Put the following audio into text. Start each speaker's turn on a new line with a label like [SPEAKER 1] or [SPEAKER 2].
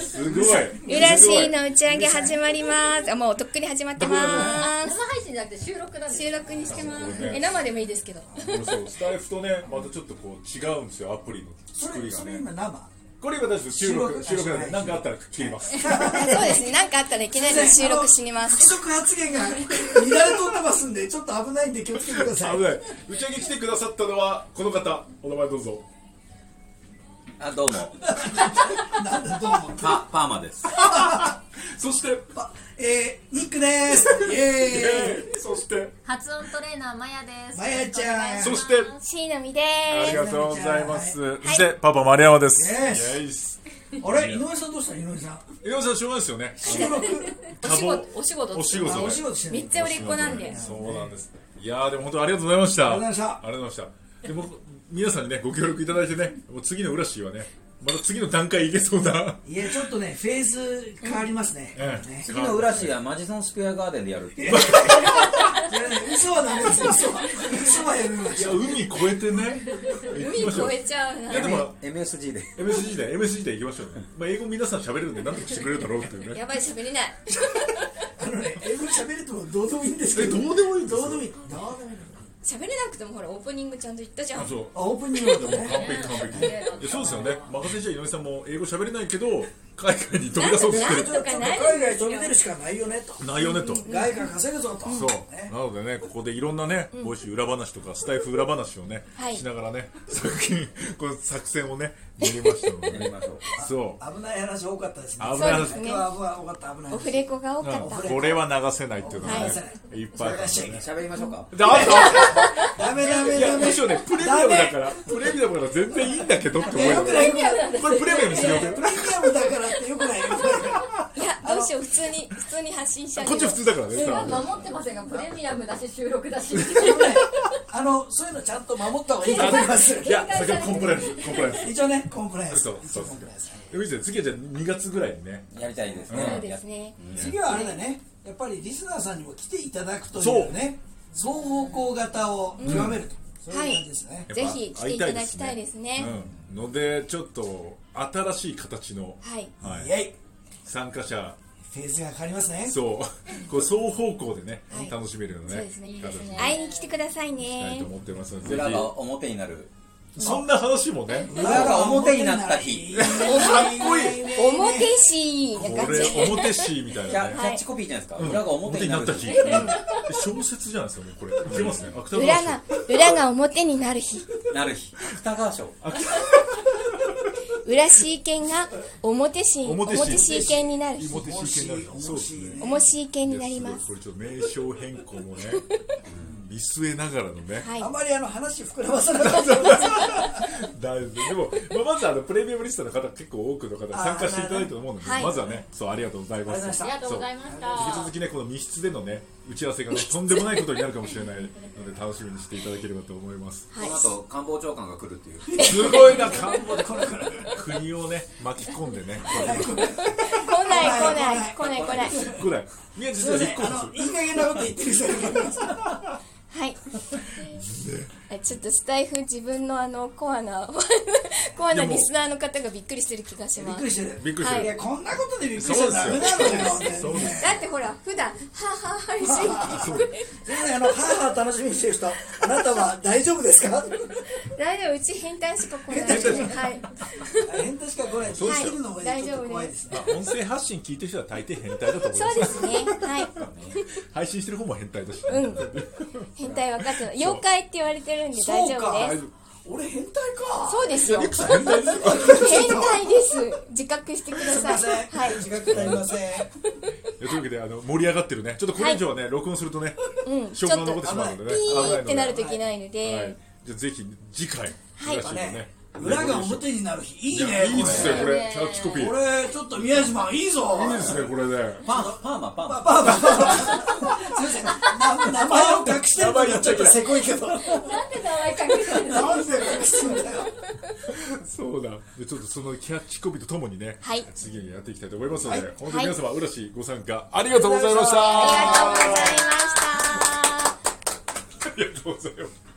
[SPEAKER 1] すごい。
[SPEAKER 2] 浦いの打ち上げ始まります。あもうとっくに始まってま
[SPEAKER 3] 生
[SPEAKER 2] す。
[SPEAKER 3] 配信じゃなくて収録なんで す
[SPEAKER 2] 収録にしてます。え生でもいいですけど。
[SPEAKER 1] そうスタイフとねまたちょっとこう違うんですよアプリの
[SPEAKER 4] そ
[SPEAKER 1] 作
[SPEAKER 4] れ
[SPEAKER 1] りが
[SPEAKER 4] それ
[SPEAKER 1] ね
[SPEAKER 4] 今生
[SPEAKER 1] これ今私収録収
[SPEAKER 4] 収録
[SPEAKER 1] 録なんで何かあったら切ります
[SPEAKER 2] そうですね。なんかあったらいきなり収録しにま
[SPEAKER 4] 不
[SPEAKER 2] す。
[SPEAKER 4] 足発言が見られとってますんでちょっと危ないんで気をつけてください
[SPEAKER 1] 危ない打ち上げ来てくださったのはこの方お名前どうぞ
[SPEAKER 5] あどうも
[SPEAKER 4] なんだどうも
[SPEAKER 5] パパーマです
[SPEAKER 1] そして
[SPEAKER 4] あえー、ニックですイエーイ
[SPEAKER 1] そして
[SPEAKER 3] 発音トレーナーまやです
[SPEAKER 4] まやちゃん
[SPEAKER 1] そして
[SPEAKER 2] しのみで
[SPEAKER 1] あり
[SPEAKER 2] す。
[SPEAKER 1] がとうございますそしてパパ丸山ですイ
[SPEAKER 4] イエス
[SPEAKER 1] エス
[SPEAKER 4] あれ井上さんどうした井上さ
[SPEAKER 1] 井
[SPEAKER 4] ん
[SPEAKER 1] 上さんしょうがないですよね
[SPEAKER 4] 収録
[SPEAKER 2] お仕事お仕事
[SPEAKER 1] お仕事
[SPEAKER 4] あ
[SPEAKER 1] で
[SPEAKER 4] お仕事して
[SPEAKER 2] めっ
[SPEAKER 4] る
[SPEAKER 2] ちゃ売れっ子なんで。
[SPEAKER 1] そうなんです。いやーでも本当にありがとうございました。
[SPEAKER 4] ありがとうございました
[SPEAKER 1] ありがとうございました。でも皆さんにねご協力いただいてね、もう次の浦氏はね、また次の段 階いけそうだ。
[SPEAKER 4] いやちょっとねフェーズ変わりますね,、
[SPEAKER 1] ええ
[SPEAKER 4] ね
[SPEAKER 5] 次の浦市はマジソンスクエアガーデンでやるってい
[SPEAKER 4] い
[SPEAKER 5] う
[SPEAKER 4] やね嘘はダメです嘘は嘘はやめま
[SPEAKER 1] い
[SPEAKER 4] し
[SPEAKER 1] や
[SPEAKER 4] ょ
[SPEAKER 1] 海越えてね。海
[SPEAKER 2] 海超えちゃうな。
[SPEAKER 1] いやでも
[SPEAKER 5] MSG で
[SPEAKER 1] MSG で MSG で行きましょうね。まあ英語皆さん喋れるんで何とかしてくれるだろうっていうね。
[SPEAKER 2] やばい喋れない。
[SPEAKER 4] あのね英語喋るとどうでもいいんです
[SPEAKER 1] え
[SPEAKER 4] けど
[SPEAKER 1] どうでもいいんですよ
[SPEAKER 4] どうでもいいどうでもいい
[SPEAKER 2] 喋れなくてもほらオープニングちゃんと言ったじゃ
[SPEAKER 1] あ
[SPEAKER 2] ん。
[SPEAKER 1] そう。
[SPEAKER 4] あオープニングだね
[SPEAKER 1] 完璧完璧。いやそうですよね。任せじゃ井上さんも英語喋れないけど海外に飛び出そうとして
[SPEAKER 4] ち
[SPEAKER 1] る
[SPEAKER 4] ょっと海外飛び出るしかないよねと
[SPEAKER 1] 内容ねと。
[SPEAKER 4] 外貨稼ぐぞと
[SPEAKER 1] そう、
[SPEAKER 4] ね
[SPEAKER 1] なのでねここでいろんなねボイシー裏話とかスタイフ裏話をね、
[SPEAKER 2] はい
[SPEAKER 1] しながらね作品この作戦をね練りましたので、
[SPEAKER 5] やり
[SPEAKER 1] ね、
[SPEAKER 5] ましょう
[SPEAKER 1] そう
[SPEAKER 4] 危ない話多かったですね
[SPEAKER 1] 危
[SPEAKER 2] そ
[SPEAKER 1] ないう
[SPEAKER 2] で
[SPEAKER 1] 話
[SPEAKER 2] す
[SPEAKER 4] 今日
[SPEAKER 2] ね。
[SPEAKER 4] は危ない多かった危ない
[SPEAKER 2] オフレコが多かった。
[SPEAKER 1] これは流せないっていうのがね、、
[SPEAKER 2] はい
[SPEAKER 1] っぱいあったんでね
[SPEAKER 5] 喋りましょうか
[SPEAKER 1] であと
[SPEAKER 4] ダメダメ
[SPEAKER 1] い
[SPEAKER 4] ダ
[SPEAKER 1] や
[SPEAKER 4] メ
[SPEAKER 1] むしろねプレミアムだからプレミアムだから全然いいんだけどって思え
[SPEAKER 4] よくないよくない
[SPEAKER 1] るこれプレミアムですよ
[SPEAKER 4] プレミアムだからってよくないよ
[SPEAKER 2] いやどうしよう普通に普通に発信しちゃう。
[SPEAKER 1] こっち普通だからね
[SPEAKER 3] それは
[SPEAKER 1] 多分
[SPEAKER 3] 守ってませんがプレミアムだし収録だし
[SPEAKER 4] よくないあのそういうのちゃんと守った方がいいと思います
[SPEAKER 1] いや先ほどコンプライアンスコンプライアンス
[SPEAKER 4] 一応ねコンプライアンス
[SPEAKER 1] そう
[SPEAKER 4] 一
[SPEAKER 1] そ
[SPEAKER 4] 応
[SPEAKER 1] う
[SPEAKER 4] コンプライアンス
[SPEAKER 1] でもいいですよ次はじゃあ2月ぐらいにね
[SPEAKER 5] やりたいです
[SPEAKER 2] そう
[SPEAKER 5] ね
[SPEAKER 2] で
[SPEAKER 5] やっ
[SPEAKER 2] すね。
[SPEAKER 4] 次はあれだねやっぱりリスナーさんにも来ていただくとい
[SPEAKER 1] そう
[SPEAKER 4] うね双方向型を極めるとそういう感じですね
[SPEAKER 1] やっぱ
[SPEAKER 2] ぜひ来ていただきたいですね。
[SPEAKER 1] うん、のでちょっと新しい形の、
[SPEAKER 2] はい。
[SPEAKER 1] はい
[SPEAKER 4] イエイ
[SPEAKER 1] 参加者
[SPEAKER 4] フェーズが変わりますね
[SPEAKER 1] そうこう双方向でね、
[SPEAKER 2] はい
[SPEAKER 1] 楽しめるような
[SPEAKER 2] そう
[SPEAKER 1] ね
[SPEAKER 2] ですね。
[SPEAKER 1] 形にし
[SPEAKER 2] 会いに来てくださ
[SPEAKER 1] た
[SPEAKER 2] い
[SPEAKER 1] い
[SPEAKER 2] ね
[SPEAKER 1] と。思ってますので、
[SPEAKER 5] ぱ裏
[SPEAKER 1] ぜ
[SPEAKER 5] が表になる
[SPEAKER 1] ひそんな話もね
[SPEAKER 4] 裏
[SPEAKER 5] が表になった日
[SPEAKER 4] かっこいい
[SPEAKER 2] 表し
[SPEAKER 1] こ
[SPEAKER 2] な感じ。
[SPEAKER 1] れ表紙みたい
[SPEAKER 5] キャ
[SPEAKER 1] な
[SPEAKER 5] キ
[SPEAKER 1] ね
[SPEAKER 5] ャッチコピーじゃないですか裏が表になる
[SPEAKER 1] 表になった日、うん小説じゃないですかねこれいけますね芥
[SPEAKER 2] 裏
[SPEAKER 1] 川
[SPEAKER 2] が裏が表になる日。
[SPEAKER 5] なる日北川賞
[SPEAKER 2] 裏し意見が表し
[SPEAKER 1] 表し
[SPEAKER 2] 表し意見になる日。
[SPEAKER 1] 表紙意見になるそうですね
[SPEAKER 2] 表し意見にないり
[SPEAKER 1] や
[SPEAKER 2] ますす。
[SPEAKER 1] ごいこれちょっと名称変更もね見据えながらのね、
[SPEAKER 2] はい
[SPEAKER 4] あ。まりあの話膨らませなかったです
[SPEAKER 1] 大丈夫でも、まあまずあのプレミアムリストの方結構多くの方に参加していただいたと思うので、
[SPEAKER 2] はい
[SPEAKER 1] まずはねそうありがとうございます
[SPEAKER 4] ありがとうございました
[SPEAKER 3] ありがとうございました
[SPEAKER 1] 引き続きねこの密室でのね打ち合わせがねとんでもないことになるかもしれないので楽しみにしていただければと思い ます
[SPEAKER 5] この後官房長官が来るっていう
[SPEAKER 1] すごいな官房でこの国をね巻き込んでね
[SPEAKER 2] 来ない来ない来ない来ない。
[SPEAKER 1] ぐらい宮地
[SPEAKER 4] すい
[SPEAKER 1] 実
[SPEAKER 4] ま
[SPEAKER 1] は
[SPEAKER 4] せ
[SPEAKER 1] 立
[SPEAKER 4] ん
[SPEAKER 1] 候補
[SPEAKER 4] あのいい加減なこと言ってる人がいる
[SPEAKER 2] はい。あちょっとスタイフ自分のあのコアな コアなリスナーの方がびっくりしてる気がし
[SPEAKER 4] びっ
[SPEAKER 2] ま
[SPEAKER 4] くり
[SPEAKER 2] す。
[SPEAKER 4] してる
[SPEAKER 1] びっくりして
[SPEAKER 4] い
[SPEAKER 1] る、
[SPEAKER 4] やこんなことでびっくりしたらダメなのよ
[SPEAKER 1] そうです
[SPEAKER 4] ね
[SPEAKER 2] だってほら普段はあはあ配信
[SPEAKER 4] 全然あの母楽しみにしてる人あなたは大丈夫ですか
[SPEAKER 2] 大丈夫うち変態しか 来ないのではい。
[SPEAKER 4] 変態しか来ない
[SPEAKER 1] そうです
[SPEAKER 4] るのがちょっと怖いですね
[SPEAKER 1] まあ、音声発信聞いてる人は大抵変態だと思いま
[SPEAKER 2] そう
[SPEAKER 1] す
[SPEAKER 2] ですね。はい。
[SPEAKER 1] 配信してる方も変態だし、
[SPEAKER 2] うん。変態分かってない。妖怪って言われてるんで大丈
[SPEAKER 4] そうか
[SPEAKER 2] 夫です。
[SPEAKER 4] 俺変態か
[SPEAKER 2] そうですよ。変
[SPEAKER 1] 変態ですよ
[SPEAKER 2] 態です。 自覚してくだ
[SPEAKER 4] すいま
[SPEAKER 2] さ い。
[SPEAKER 4] せん、
[SPEAKER 2] はい。
[SPEAKER 4] 自覚になりません
[SPEAKER 1] というわけであの盛り上がってるねちょっとこれ以上はね、録音するとね、証拠が残ってしまうのでね
[SPEAKER 2] ピ
[SPEAKER 1] 危ない
[SPEAKER 2] ー
[SPEAKER 1] の
[SPEAKER 2] っ
[SPEAKER 1] で
[SPEAKER 2] てなるといけないの
[SPEAKER 1] はい
[SPEAKER 2] で。、
[SPEAKER 1] じゃあぜひ次回、
[SPEAKER 2] はい
[SPEAKER 1] 東野
[SPEAKER 4] ね裏が表になる日いい
[SPEAKER 1] い
[SPEAKER 4] ね
[SPEAKER 1] やいいですねこれキャッチコピ
[SPEAKER 4] こ
[SPEAKER 1] ー
[SPEAKER 4] れ俺ちょっと宮島い いぞ
[SPEAKER 1] いいですねこれね
[SPEAKER 5] パーマパーマパー
[SPEAKER 4] パ
[SPEAKER 5] マ
[SPEAKER 4] パパパすいませんな名前を隠してるからちょっとせこいけどなんで
[SPEAKER 3] なんで名前かけたんですか
[SPEAKER 4] 隠してんだよ
[SPEAKER 1] そうだでちょっとそのキャッチコピーとともにね、
[SPEAKER 2] はい
[SPEAKER 1] 次にやっていきたいと思いますので、
[SPEAKER 4] はい
[SPEAKER 1] 本当に皆様、浦氏ご参加ありがとうございました
[SPEAKER 2] ありがとうございました。
[SPEAKER 1] ありがとうございました